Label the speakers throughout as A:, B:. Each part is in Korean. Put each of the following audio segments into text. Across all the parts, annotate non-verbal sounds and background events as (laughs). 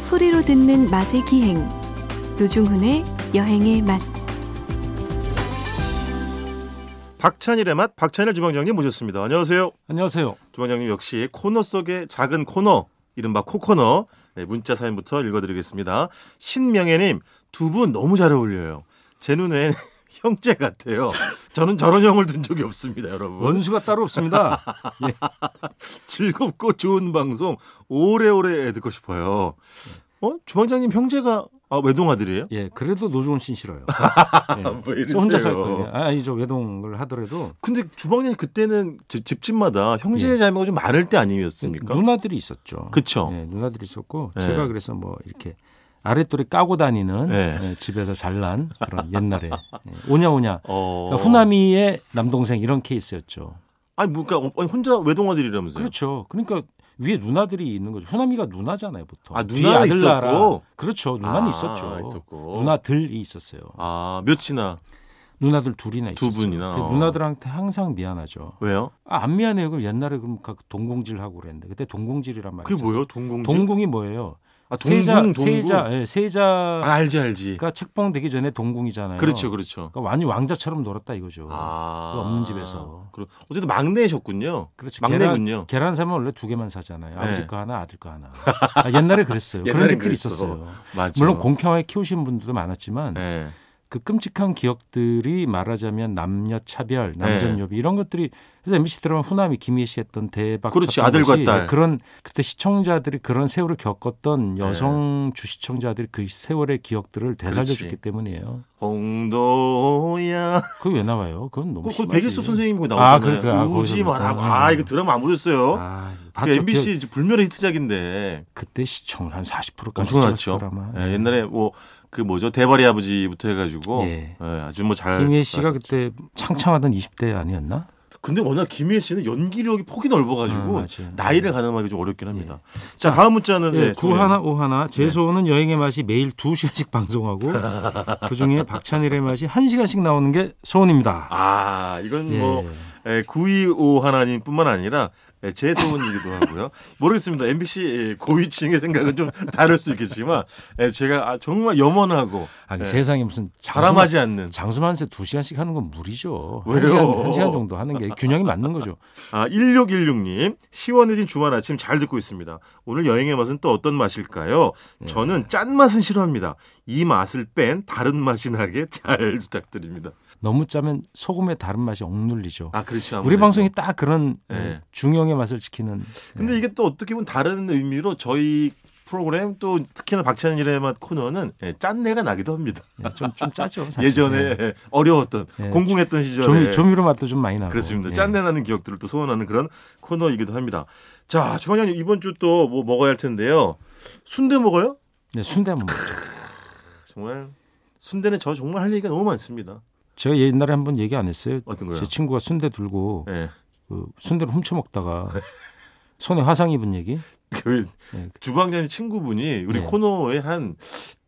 A: 소리로 듣는 맛의 기행 노중훈의 여행의 맛
B: 박찬일의 맛 박찬일 주방장님 모셨습니다. 안녕하세요.
C: 안녕하세요.
B: 주방장님 역시 코너 속의 작은 코너 이른바 코코너 네, 문자 사연부터 읽어드리겠습니다. 신명애님 두 분 너무 잘 어울려요. 제 눈엔 (laughs) 형제 같아요. 저는 저런 형을 둔 적이 없습니다, 여러분.
C: 원수가 따로 없습니다.
B: (laughs) 즐겁고 좋은 방송 오래오래 듣고 싶어요. 어? 주방장님 형제가 아, 외동아들이에요?
C: 예, 그래도 노종훈 씨는 싫어요. 예.
B: 왜
C: 저 혼자 살 거예요. 아니 저 외동을 하더라도
B: 근데 주방장님 그때는 집, 집집마다
C: 예.
B: 형제 자매가 좀 많을 때 아니었습니까?
C: 누나들이 있었죠.
B: 그쵸.
C: 예, 누나들이 있었고
B: 예.
C: 제가 그래서 뭐 이렇게 아랫돌이 까고 다니는
B: 예.
C: 예, 집에서 잘난 그런 옛날에 예, 오냐오냐
B: 어.
C: 그러니까 후남이의 남동생 이런 케이스였죠.
B: 아니 뭐 그러니까 어, 아니, 혼자 외동아들이라면서요?
C: 그렇죠. 그러니까 위에 누나들이 있는 거죠. 후남이가 누나잖아요, 보통.
B: 아,
C: 뒤에
B: 누나가
C: 아들 낳아라.
B: 있었고?
C: 그렇죠. 누나는
B: 아,
C: 있었죠.
B: 있었고.
C: 누나들이 있었어요.
B: 아 몇이나
C: 누나들 둘이나
B: 두
C: 있었어요.
B: 분이나,
C: 그
B: 어.
C: 누나들한테 항상 미안하죠.
B: 왜요?
C: 아, 안 미안해요. 그럼 옛날에 그럼 각 동공질하고 그랬는데 그때 동공질이란 말이
B: 그게
C: 있었어요.
B: 뭐예요? 동공지?
C: 동공이 뭐예요?
B: 아 동궁
C: 세자,
B: 동궁.
C: 세자, 예,
B: 아,
C: 세자가
B: 알지 알지.
C: 책봉되기 전에 그 동공이잖아요.
B: 그렇죠 그렇죠.
C: 그러니까 완전 왕자처럼 놀았다 이거죠.
B: 아
C: 그 없는 집에서.
B: 그럼 어쨌든 막내셨군요.
C: 그렇죠.
B: 막내군요.
C: 계란, 계란 사면 원래 두 개만 사잖아요.
B: 네.
C: 아버지 거 하나, 아들 거 하나. 아, 옛날에 그랬어요.
B: (laughs)
C: 그런
B: 옛날엔
C: 댓글 이
B: 그랬어.
C: 있었어요.
B: 맞아.
C: 물론 공평하게 키우신 분들도 많았지만
B: 네.
C: 그 끔찍한 기억들이 말하자면 남녀 차별,
B: 네.
C: 남전여비 이런 것들이 그래서 MBC 드라마 후남이 김희애 씨 했던 대박
B: 그렇지,
C: 쳤던
B: 아들과
C: 것이
B: 딸.
C: 그런 그때 시청자들이 그런 세월을 겪었던
B: 네.
C: 여성 주시청자들이 그 세월의 기억들을 되살려줬기
B: 그렇지.
C: 때문이에요.
B: 홍도야.
C: 그게 왜 나와요? 그건
B: 그,
C: 너무
B: 그
C: 심하지.
B: 백일섭 선생님 그거
C: 아,
B: 나오잖아요.
C: 그러니까. 아,
B: 우지
C: 거기서
B: 마라고.
C: 나오잖아요.
B: 아 이거 드라마 안 보셨어요?
C: 아,
B: 그
C: 봤죠.
B: MBC
C: 기억-
B: 불멸의 히트작인데
C: 그때 시청을 한 40%까지
B: 엄청났죠.
C: 드라마.
B: 예, 옛날에 뭐 그 뭐죠 대발의 아버지부터 해가지고
C: 예.
B: 예, 아주 뭐잘
C: 김희애 씨가
B: 나왔었죠.
C: 그때 창창하던 20대 아니었나?
B: 근데 워낙 김희애 씨는 연기력이 폭이 넓어가지고
C: 아, 맞아요.
B: 나이를 가늠하기 좀 어렵긴 합니다. 자 다음 문자는
C: 예,
B: 네,
C: 구 하나 오 하나 제소는 여행의 맛이 매일 두 시간씩 (laughs) 방송하고 그 중에 박찬일의 맛이 한 시간씩 나오는 게 소원입니다.
B: 아 이건
C: 예.
B: 뭐 예, 925 하나님뿐만 아니라 예, 제 소문이기도
C: (laughs)
B: 하고요. 모르겠습니다. MBC 고위층의 생각은 좀 다를 수 있겠지만 예, 제가 아, 정말 염원하고
C: 아니
B: 예,
C: 세상에 무슨
B: 바람하지 않는
C: 장수만세 두 시간씩 하는 건 무리죠.
B: 왜요?
C: 한 시간, 한 시간 정도 하는 게 균형이 맞는 거죠.
B: 아, 1616님, 시원해진 주말 아침 잘 듣고 있습니다. 오늘 여행의 맛은 또 어떤 맛일까요? 저는 짠맛은 싫어합니다. 이 맛을 뺀 다른 맛이 나게 잘 부탁드립니다.
C: 너무 짜면 소금의 다른 맛이 억눌리죠.
B: 아, 그렇죠.
C: 우리 방송이 네. 딱 그런 네,
B: 예.
C: 중형의 맛을 지키는.
B: 근데 이게 또 어떻게 보면 다른 의미로 저희 프로그램 또 특히나 박찬일의 맛 코너는 예, 짠내가 나기도 합니다.
C: 예, 좀, 좀 짜죠. 사실.
B: 예전에
C: 예.
B: 어려웠던,
C: 예.
B: 공공했던 시절에.
C: 조미, 조미료 맛도 좀 많이 나고.
B: 그렇습니다.
C: 예.
B: 짠내 나는 기억들을 또 소원하는 그런 코너이기도 합니다. 자, 주방장님 이번 주 또 뭐 먹어야 할 텐데요. 순대 먹어요?
C: 네, 순대 한번 먹죠.
B: 정말 순대는 저 정말 할 얘기가 너무 많습니다.
C: 제가 옛날에 한번 얘기 안 했어요.
B: 어떤 거요?
C: 제 친구가 순대 들고
B: 예.
C: 그 순대를 훔쳐 먹다가 손에 화상 입은 얘기.
B: 그
C: 네.
B: 주방장님 친구분이 우리
C: 네.
B: 코너에 한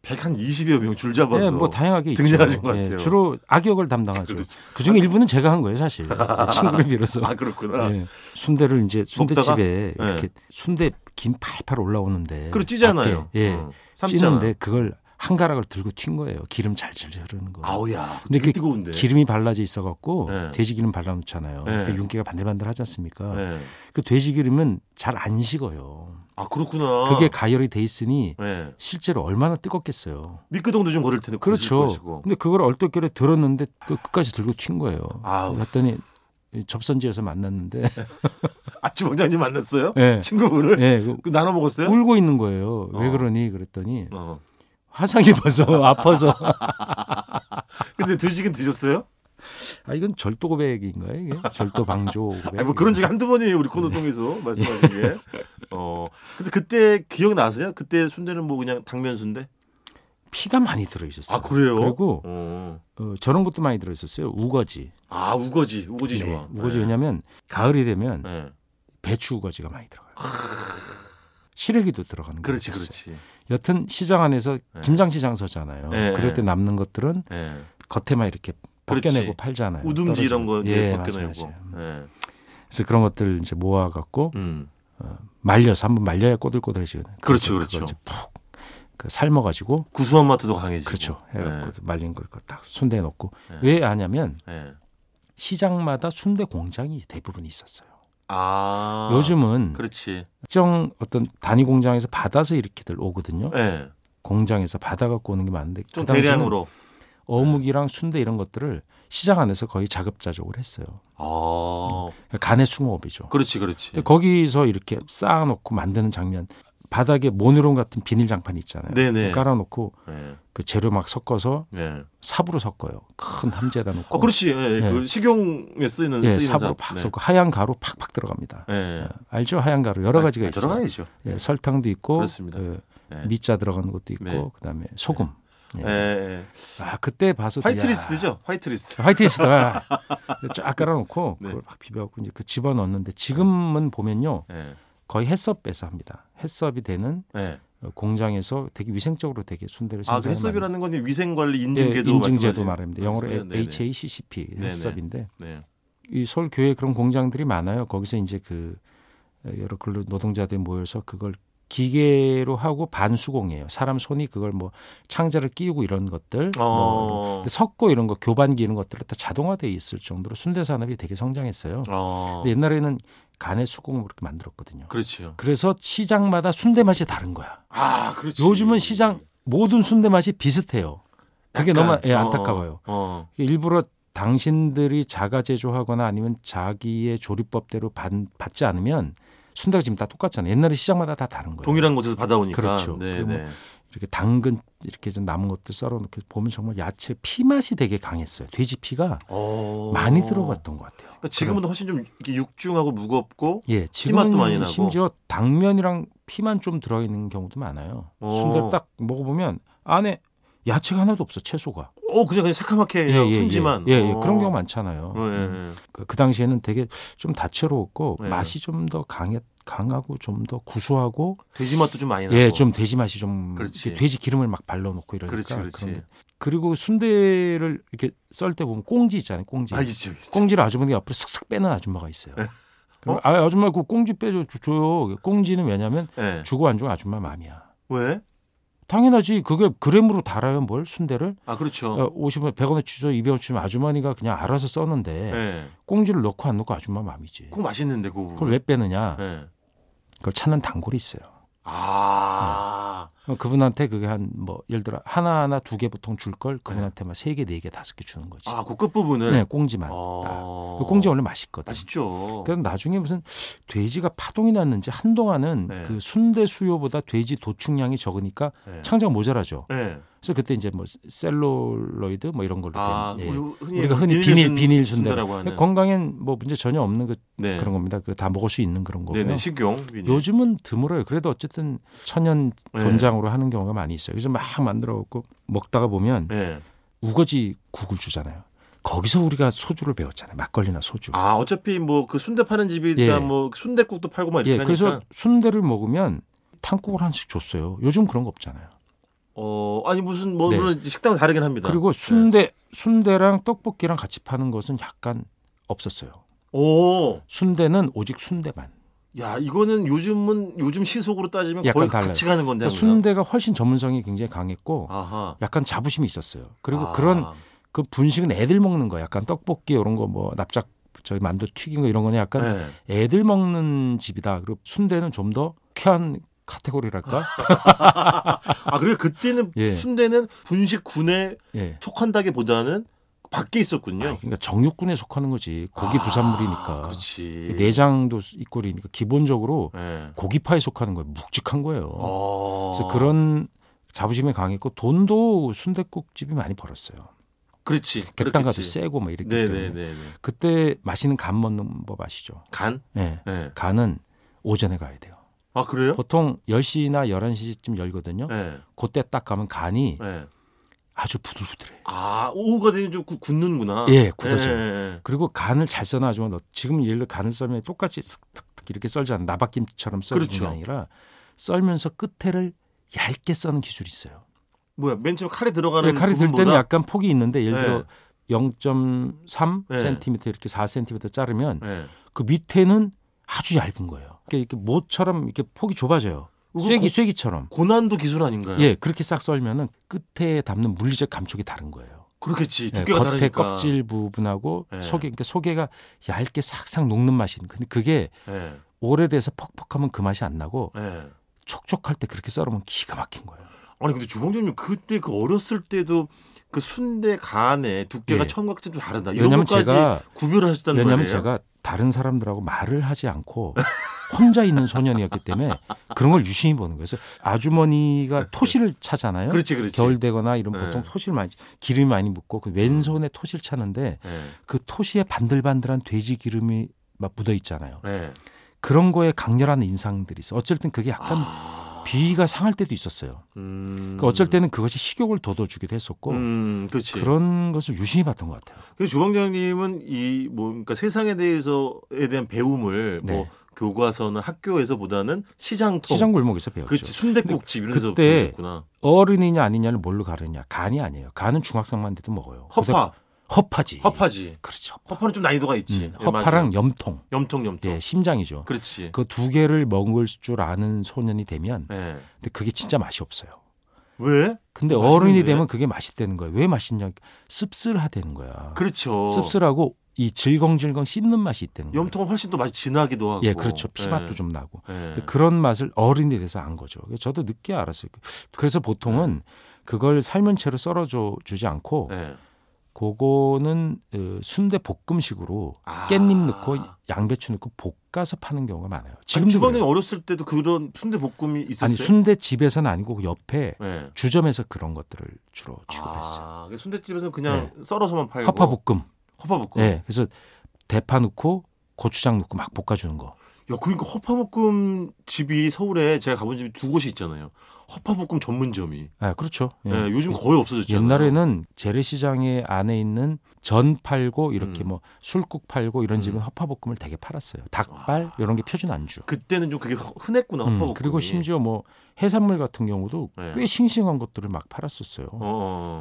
B: 100한 20여 명 줄 잡아서
C: 예, 뭐 다양하게 있죠.
B: 등장하신 것
C: 예,
B: 같아요.
C: 주로 악역을 담당하죠.
B: 그렇죠.
C: 그 중에 일부는 제가 한 거예요, 사실. 예, 친구를 빌어서.
B: 아 그렇구나.
C: 예, 순대를 이제
B: 먹다가? 네.
C: 순대집에 이렇게 순대 김 팔팔 올라오는데.
B: 그리고 찌잖아요.
C: 밖에, 예,
B: 어,
C: 찌는데 그걸 한 가락을 들고 튄 거예요. 기름 잘잘 흐르는 거.
B: 아우야. 네.
C: 근데 그
B: 되게
C: 이렇게
B: 뜨거운데.
C: 기름이 발라져 있어갖고
B: 예.
C: 돼지 기름 발라놓잖아요.
B: 예.
C: 그 윤기가 반들반들하지 않습니까?
B: 예.
C: 그 돼지 기름은 잘 안 식어요.
B: 아 그렇구나.
C: 그게 가열이 돼 있으니
B: 예.
C: 실제로 얼마나 뜨겁겠어요.
B: 미끄덩도 좀 걸을 텐데
C: 그렇죠.
B: 것이고.
C: 근데 그걸 얼떨결에 들었는데 그 끝까지 들고 튄 거예요.
B: 아우.
C: 갔더니 이 접선지에서 만났는데
B: 아 주방장님 만났어요?
C: 예.
B: 친구분을
C: 예, 그
B: 그 나눠 먹었어요?
C: 울고 있는 거예요. 왜
B: 어.
C: 그러니 그랬더니
B: 어.
C: 화상
B: (laughs)
C: 입어서 아파서
B: 근데 드시긴 드셨어요?
C: 아 이건 절도 고백인가요? 이게 절도 방조 고백.
B: 아니, 뭐 그런 적이 한두 번이에요 우리
C: 네.
B: 코너 통해서 말씀하신
C: (laughs)
B: 게. 어. 근데 그때 기억 나세요? 그때 순대는 뭐 그냥 당면 순대?
C: 피가 많이 들어 있었어요.
B: 아 그래요?
C: 그리고
B: 어.
C: 어, 저런 것도 많이 들어 있었어요. 우거지.
B: 아 우거지 우거지
C: 네,
B: 좋아.
C: 우거지
B: 네.
C: 왜냐하면 가을이 되면
B: 네. 아.
C: 배추 우거지가 많이 들어가요. 시래기도 들어가는
B: 그렇지
C: 거였어요.
B: 그렇지.
C: 여튼 시장 안에서
B: 네.
C: 김장시장 서잖아요.
B: 네,
C: 그럴 때
B: 네.
C: 남는 것들은
B: 예.
C: 겉에만 이렇게
B: 그렇지.
C: 벗겨내고 팔잖아요.
B: 우dum지 이런 거
C: 네, 떨어져서.
B: 이제
C: 예,
B: 벗겨내고.
C: 맞아요, 맞아요.
B: 예.
C: 그래서 그런 것들 이제 모아갖고
B: 음.
C: 말려서 한번 말려야 꼬들꼬들해지거든요.
B: 그렇죠,
C: 그래서
B: 그렇죠.
C: 그걸 이제 푹 그 삶아가지고
B: 구수한 맛도 강해지고.
C: 그렇죠.
B: 네.
C: 해갖고 말린 걸 딱 순대에 넣고
B: 네.
C: 왜 아냐면
B: 네.
C: 시장마다 순대 공장이 대부분 있었어요.
B: 아.
C: 요즘은
B: 그렇지.
C: 특정 어떤 단위 공장에서 받아서 이렇게들 오거든요.
B: 예. 네.
C: 공장에서 받아 갖고 오는 게 많은데
B: 좀
C: 그 당시에는
B: 대량으로.
C: 어묵이랑 순대 이런 것들을 시장 안에서 거의 자급자족을 했어요.
B: 아.
C: 그러니까 간의 수공업이죠.
B: 그렇지, 그렇지.
C: 근데 거기서 이렇게 쌓아놓고 만드는 장면 바닥에 모누론 같은 비닐 장판 있잖아요.
B: 네네.
C: 깔아놓고
B: 네.
C: 그 재료 막 섞어서
B: 네.
C: 삽으로 섞어요. 큰 함재에다 놓고
B: 아, 그렇지. 예,
C: 네.
B: 그 식용에 쓰이는
C: 예,
B: 쓰이는
C: 삽으로
B: 삽.
C: 팍
B: 네.
C: 섞고 하얀 가루 팍팍 들어갑니다.
B: 예.
C: 예, 알죠? 하얀 가루 여러 가지가
B: 아,
C: 있어요.
B: 들어가야죠.
C: 예, 설탕도 있고
B: 그렇습니다.
C: 그
B: 예.
C: 밑자 들어가는 것도 있고
B: 네.
C: 그다음에 소금. 예.
B: 예, 예.
C: 아 그때 봐서
B: 화이트리스트죠. 화이트리스트.
C: 화이트리스트다. 네. 쫙 깔아놓고
B: 네.
C: 그걸 막 비벼갖고 이제 그 집어 넣는데 지금은 보면요
B: 예.
C: 거의 햇섭에서 합니다. 햇섭이 되는
B: 예.
C: 공장에서 되게 위생적으로 되게 순대를
B: 아, 그
C: 생산을 많이-
B: 햇섭이라는 건 위생관리
C: 예,
B: 인증제도
C: 인증제도
B: 말씀하시는-
C: 말합니다. 영어로
B: 네네.
C: HACCP
B: 네네.
C: 햇섭인데
B: 네.
C: 이 서울 교외 그런 공장들이 많아요. 거기서 이제 그 여러 근로 노동자들이 모여서 그걸 기계로 하고 반수공이에요. 사람 손이 그걸 뭐 창자를 끼우고 이런 것들 뭐
B: 어.
C: 근데 석고 이런 거 교반기 이런 것들은 다 자동화돼 있을 정도로 순대 산업이 되게 네. 성장했어요.
B: 어.
C: 근데 옛날에는 간의 수공업으로 이렇게 만들었거든요.
B: 그렇지요.
C: 그래서 시장마다 순대 맛이 다른 거야.
B: 아, 그렇지.
C: 요즘은 시장 모든 순대 맛이 비슷해요. 그게 너무
B: 약간,
C: 예,
B: 어,
C: 안타까워요.
B: 어.
C: 이게 일부러 당신들이 자가 제조하거나 아니면 자기의 조리법대로 받, 받지 않으면 순대가 지금 다 똑같잖아요. 옛날에 시장마다 다 다른 거예요.
B: 동일한 곳에서 받아오니까.
C: 그렇죠.
B: 네,
C: 그리고
B: 네.
C: 이렇게 당근 이렇게 좀 남은 것들 썰어놓고 보면 정말 야채 피 맛이 되게 강했어요. 돼지 피가
B: 어.
C: 많이 들어갔던 것 같아요.
B: 그러니까 지금은 훨씬 좀 이렇게 육중하고 무겁고
C: 예,
B: 피맛도
C: 지금은
B: 많이 나고.
C: 심지어 당면이랑 피만 좀 들어있는 경우도 많아요.
B: 어.
C: 순대를 딱 먹어보면 안에 야채가 하나도 없어 채소가.
B: 어 그냥 그냥 새카맣게 그냥 큼지만
C: 예, 예,
B: 어.
C: 그런 경우 많잖아요.
B: 어, 예,
C: 음,
B: 예.
C: 그, 그 당시에는 되게 좀 다채로웠고
B: 예.
C: 맛이 좀 더 강해 강하고 좀 더 구수하고
B: 돼지 맛도 좀 많이 나고
C: 예, 좀 돼지 맛이 좀
B: 그렇지.
C: 돼지 기름을 막 발라놓고 이러니까
B: 그렇지 그렇지
C: 그런 게. 그리고 순대를 이렇게 썰 때 보면 꽁지 있잖아요, 꽁지.
B: 아 있죠 있죠
C: 꽁지를 아주머니 앞으로 슥슥 빼는 아줌마가 있어요. 그럼 아, 아줌마 그 꽁지 빼줘 줘- 줘요. 꽁지는 왜냐면
B: 예.
C: 주고 안 주고 아줌마 마음이야.
B: 왜?
C: 당연하지. 그게 그램으로 달아요 뭘 순대를
B: 아 그렇죠
C: 어, 50원 100원에 치죠 200원 치면 아주머니가 그냥 알아서
B: 예.
C: 써는데 꽁지를 넣고 안 네. 넣고 네. 아줌마 마음이지.
B: 그거 맛있는데 그거
C: 그걸 왜 빼느냐?
B: 예.
C: 그걸 찾는 단골이 있어요.
B: 아
C: 어, 그럼 그분한테 그게 한 뭐 예를 들어 하나 하나 두 개 보통 줄 걸 그분한테만 세 개 네 개 다섯 개 주는 거지.
B: 아, 그 끝부분을
C: 네, 꽁지만. 딱.
B: 어...
C: 그 꽁지 원래 맛있거든.
B: 맛있죠
C: 그래서 나중에 무슨 돼지가 파동이 났는지 한동안은
B: 네.
C: 그 순대 수요보다 돼지 도축량이 적으니까
B: 예.
C: 창작 모자라죠.
B: 예.
C: 그래서 그때 이제 뭐 셀룰로이드 뭐 이런 걸로 된
B: 아
C: 예.
B: 흔히
C: 우리가 흔히
B: 비닐
C: 비닐
B: 순-
C: 비닐 순대
B: 순대라고 하는
C: 건강엔 뭐 문제 전혀 없는 그,
B: 네.
C: 런 겁니다. 그 다 먹을 수 있는 그런 거고요.
B: 네네 식용 비닐
C: 요즘은 드물어요. 그래도 어쨌든 천연
B: 예.
C: 돈장으로 하는 경우가 많이 있어요. 그래서 막 만들어 갖고 먹다가 보면
B: 예.
C: 우거지 국을 주잖아요. 거기서 우리가 소주를 배웠잖아요. 막걸리나 소주.
B: 아 어차피 뭐 그 순대 파는 집이
C: 예.
B: 일단 뭐순댓국도 팔고 막 이렇게
C: 예,
B: 하니까
C: 그래서 순대를 먹으면 탕국을 한씩 줬어요. 요즘 그런 거 없잖아요.
B: 네. 어 아니 무슨 뭐
C: 네.
B: 물론 식당 은 다르긴 합니다 예.
C: 그리고 순대 순대랑 떡볶이랑 같이 파는 것은 약간 없었어요.
B: 오
C: 순대는 오직 순대만.
B: 야, 이거는 요즘은 요즘 시속으로 따지면
C: 약간
B: 거의
C: 달라요.
B: 같이 가는 건데.
C: 그러니까
B: 항상.
C: 순대가 훨씬 전문성이 굉장히 강했고
B: 아하.
C: 약간 자부심이 있었어요. 그리고
B: 아.
C: 그런 그 분식은 애들 먹는 거 약간 떡볶이 이런 거 뭐 납작 저희 만두 튀긴 거 이런 거는 약간
B: 네.
C: 애들 먹는 집이다. 그리고 순대는 좀 더 쾌한
B: (laughs)
C: 카테고리랄까?
B: 아, 그리고 그때는
C: 예.
B: 순대는 분식군에
C: 예.
B: 속한다기보다는 밖에 있었군요.
C: 아니, 그러니까 정육군에 속하는 거지. 고기
B: 아,
C: 부산물이니까.
B: 그렇지.
C: 내장도 있고 그러니까 기본적으로
B: 예.
C: 고기파에 속하는 거예요. 묵직한 거예요.
B: 어.
C: 그래서 그런 자부심이 강했고 돈도 순댓국집이 많이 벌었어요.
B: 그렇지.
C: 객단가도
B: 그렇겠지.
C: 세고 막 이렇게
B: 네, 네, 네, 네.
C: 그때 맛있는 간 먹는 법 아시죠?
B: 간?
C: 예.
B: 예.
C: 간은 오전에 가야 돼요.
B: 아, 그래요?
C: 보통 10시나 11시쯤 열거든요.
B: 예.
C: 그때 딱 가면 간이
B: 예.
C: 아주 부들부들해요.
B: 아, 오후가 되면 좀 굳- 굳는구나.
C: 예, 굳어져요.
B: 예,
C: 그리고 간을 잘 써놔 아주면 너 지금 예를 들어 간을 썰면 똑같이 슥슥 이렇게 썰지 않아 나박김처럼 썰는
B: 그렇죠.
C: 게 아니라 썰면서 끝에를 얇게 써는 기술이 있어요.
B: 뭐야, 맨 처음 칼에 들어가는
C: 예, 칼이 들 때는
B: 부분보다-
C: 약간 폭이 있는데 예를 들어
B: 예. 네.
C: 0.3cm 이렇게 4cm 자르면
B: 예.
C: 그 밑에는 아주 얇은 거예요. 이렇게, 이렇게 모처럼 이렇게 폭이 좁아져요. 쐐기 쐐기처럼.
B: 고난도 기술 아닌가요?
C: 예, 그렇게 싹 썰면은 끝에 담는 물리적 감촉이 다른 거예요.
B: 그렇겠지.
C: 예,
B: 두께가
C: 겉에
B: 다르니까.
C: 껍질 부분하고
B: 예.
C: 속에 그러니까 속에가 얇게 싹싹 녹는 맛이 있는. 근데 그게
B: 예.
C: 오래돼서 퍽퍽하면 그 맛이 안 나고
B: 예.
C: 촉촉할 때 그렇게 썰으면 기가 막힌 거예요.
B: 아니 근데 주방장님 그때 그 어렸을 때도 그 순대 간에 두께가
C: 예.
B: 청각지도 다르다. 이런
C: 왜냐면
B: 것까지
C: 제가
B: 구별을 하셨다는
C: 왜냐하면
B: 말이에요.
C: 제가 다른 사람들하고 말을 하지 않고 혼자 있는 소년이었기 때문에 그런 걸 유심히 보는 거예요. 그래서
B: (laughs)
C: 아주머니가 토시를 차잖아요.
B: 그렇지 그렇지.
C: 겨울 되거나 이런
B: 네.
C: 보통 토시를 많이 기름이 많이 묻고 그 왼손에 토시를 차는데
B: 예.
C: 그 토시에 반들반들한 돼지 기름이 막 묻어 있잖아요.
B: 예.
C: 그런 거에 강렬한 인상들이 있어. 어쩔 땐 그게 약간
B: 아.
C: 비위가 상할 때도 있었어요.
B: 음.
C: 그러니까 어쩔 때는 그것이 식욕을 돋워주기도 했었고
B: 음, 어. 그렇지.
C: 그런 것을 유심히 봤던 것 같아요.
B: 그래서 주방장님은 이 뭐 그러니까 세상에 대해서에 대한 배움을 뭐
C: 네.
B: 교과서나 학교에서보다는 시장통,
C: 시장 골목에서 배웠죠.
B: 그순댓국집 이런 데서
C: 그때
B: 보셨구나.
C: 어른이냐 아니냐를 뭘로 가르냐? 간이 아니에요. 간은 중학생만 돼도 먹어요. 고등-
B: 허파,
C: 허파지.
B: 허파지.
C: 그렇죠. 허파.
B: 허파는 좀 난이도가 있지.
C: 음,
B: 예, 맞아요.
C: 허파랑 염통.
B: 염통, 염통.
C: 예, 심장이죠.
B: 그렇지. 네.
C: 그 두 개를 먹을 줄 아는 소년이 되면
B: 예.
C: 근데 그게 진짜 맛이 없어요.
B: 왜? 맛있는데?
C: 근데 어른이 되면 그게 맛있다는 거예요. 왜 맛있냐? 씁쓸하다는 거야.
B: 그렇죠.
C: 씁쓸하고 이 질겅질겅 씹는 맛이 있다는 거예요.
B: 염통은 훨씬 더 맛이 진하기도 하고.
C: 예, 그렇죠. 피맛도
B: 예.
C: 좀 나고.
B: 예.
C: 근데 그런 맛을 어른이 돼서 안 거죠. 그래서 저도 늦게 알았어요. 그래서 보통은 그걸 삶은 채로 썰어 주지 않고
B: 예.
C: 그거는 어, 순대 볶음식으로
B: 아.
C: 깻잎 넣고 양배추 넣고 볶아서 파는 경우가 많아요.
B: 아니,
C: 지금도
B: 주방장님
C: 그래요.
B: 어렸을 때도 그런 순대 볶음이 있었어요.
C: 아니 순대 집에서는 아니고 그 옆에
B: 예.
C: 주점에서 그런 것들을 주로 취급했어요. 예.
B: 아, 순대집에서 그냥 썰어서만 팔고. 어.
C: 허파볶음.
B: 허파볶음.
C: 예. 그래서 대파 넣고 고추장 넣고 막 볶아주는 거.
B: 야, 그러니까 허파볶음 집이 서울에 제가 가본 집이 두 곳이 있잖아요. 허파볶음 전문점이.
C: 아 그렇죠. 예.
B: 예, 요즘 거의 없어졌잖아요.
C: 옛날에는 재래시장에 안에 있는 전 팔고 이렇게
B: 음.
C: 뭐 술국 팔고 이런 집은
B: 음.
C: 허파볶음을 되게 팔았어요. 닭발 이런 게 표준 안주.
B: 그때는 좀 그게 허- 흔했구나,
C: 음,
B: 허파볶음.
C: 그리고 심지어 뭐 해산물 같은 경우도
B: 네.
C: 꽤 싱싱한 것들을 막 팔았었어요.
B: 어,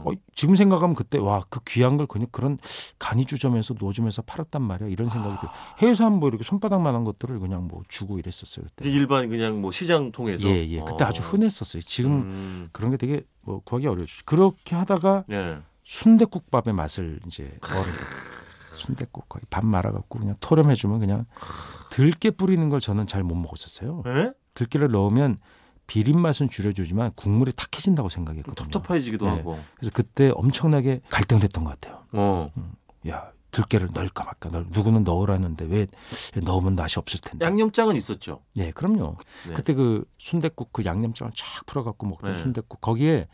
B: 어.
C: 어, 지금 생각하면 그때 와 그 귀한 걸 그냥 그런 간이 주점에서 노점에서 팔았단 말이야 이런 생각이
B: 아.
C: 들어요. 해산물 뭐 이렇게 손바닥만한 것들을 그냥 뭐 주고 이랬었어요
B: 이게
C: 그때.
B: 일반 그냥 뭐 시장 통해서.
C: 예예. 그때 아주 흔했었어요. 지금
B: 음.
C: 그런 게 되게 뭐 구하기 어려죠. 그렇게 하다가
B: 예.
C: 순대국밥의 맛을 이제 어른 순대국 거의 밥 말아갖고 그냥 토렴해주면 그냥 들깨 뿌리는 걸 저는 잘 못 먹었었어요.
B: 예?
C: 들깨를 넣으면 비린 맛은 줄여주지만 국물이 탁해진다고 생각했거든요.
B: 텁텁해지기도
C: 예.
B: 하고.
C: 그래서 그때 엄청나게 갈등됐던 것 같아요.
B: 어.
C: 야 들깨를 넣을까 말까 넣을- 누구는 넣으라는데 왜 넣으면 맛이 없을 텐데.
B: 양념장은 있었죠.
C: 예, 그럼요.
B: 네.
C: 그때 그순댓국그 양념장을 쫙 풀어갖고 먹던
B: 네.
C: 순댓국 거기에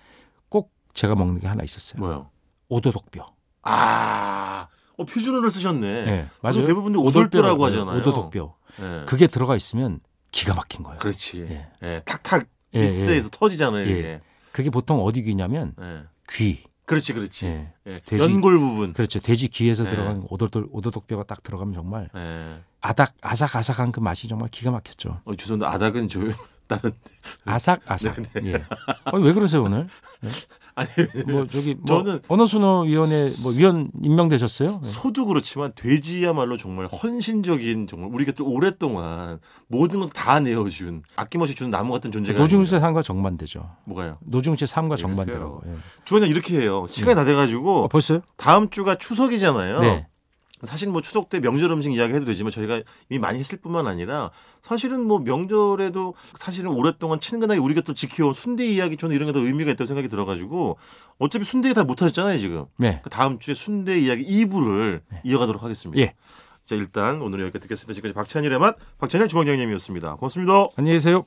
C: 꼭 제가 먹는 게 하나 있었어요.
B: 뭐요?
C: 오도독뼈.
B: 아. 어, 표준어를 쓰셨네.
C: 예, 맞아요.
B: 대부분 오돌뼈라고
C: 오돌뼈라고
B: 하잖아요.
C: 오도독뼈.
B: 예.
C: 그게 들어가 있으면 기가 막힌 거예요.
B: 그렇지.
C: 예.
B: 예, 탁탁
C: 예,
B: 미스에서 터지잖아요.
C: 예.
B: 이게.
C: 그게 보통 어디 귀냐면
B: 예.
C: 귀.
B: 그렇지, 그렇지.
C: 예.
B: 예.
C: 돼지-
B: 연골 부분.
C: 그렇죠. 돼지 귀에서
B: 예.
C: 들어가는 오돌돌 오도독뼈가 딱 들어가면 정말
B: 예.
C: 아닥 아삭아삭한 그 맛이 정말 기가 막혔죠.
B: 어, 죄송한데 아닥은 저 (laughs) 다른
C: 아삭아삭.
B: 네,
C: 예. 어, 왜
B: (laughs)
C: 그러세요 오늘?
B: 아니
C: 뭐 저기 뭐
B: 저는-
C: 언어순어위원회 뭐 위원 임명되셨어요? 예.
B: 소도 그렇지만 돼지야말로 정말 헌신적인 정말 우리가 또 오랫동안 모든 것을 다 내어준 아낌없이 주는 나무 같은 존재가
C: 노중훈
B: 아닌가.
C: 씨의 삶과 정반대죠.
B: 뭐가요?
C: 노중훈 씨의 삶과
B: 알겠어요.
C: 정반대라고. 예.
B: 주원장 이렇게 해요. 시간이 다 돼가지고
C: 어, 벌써요?
B: 다음 주가 추석이잖아요.
C: 네.
B: 사실 뭐 추석 때 명절 음식 이야기 해도 되지만 저희가 이미 많이 했을 뿐만 아니라 사실은 뭐 명절에도 사실은 오랫동안 친근하게 우리 곁을 지켜온 순대 이야기 저는 이런 게 더 의미가 있다고 생각이 들어가지고 어차피 순대 다 못하셨잖아요 지금.
C: 네.
B: 그 다음 주에 순대 이야기 2부를 이어가도록 하겠습니다.
C: 예.
B: 자 일단 오늘 여기까지 듣겠습니다. 지금까지 박찬일의 맛 박찬일 주방장님이었습니다. 고맙습니다.
C: 안녕히 계세요.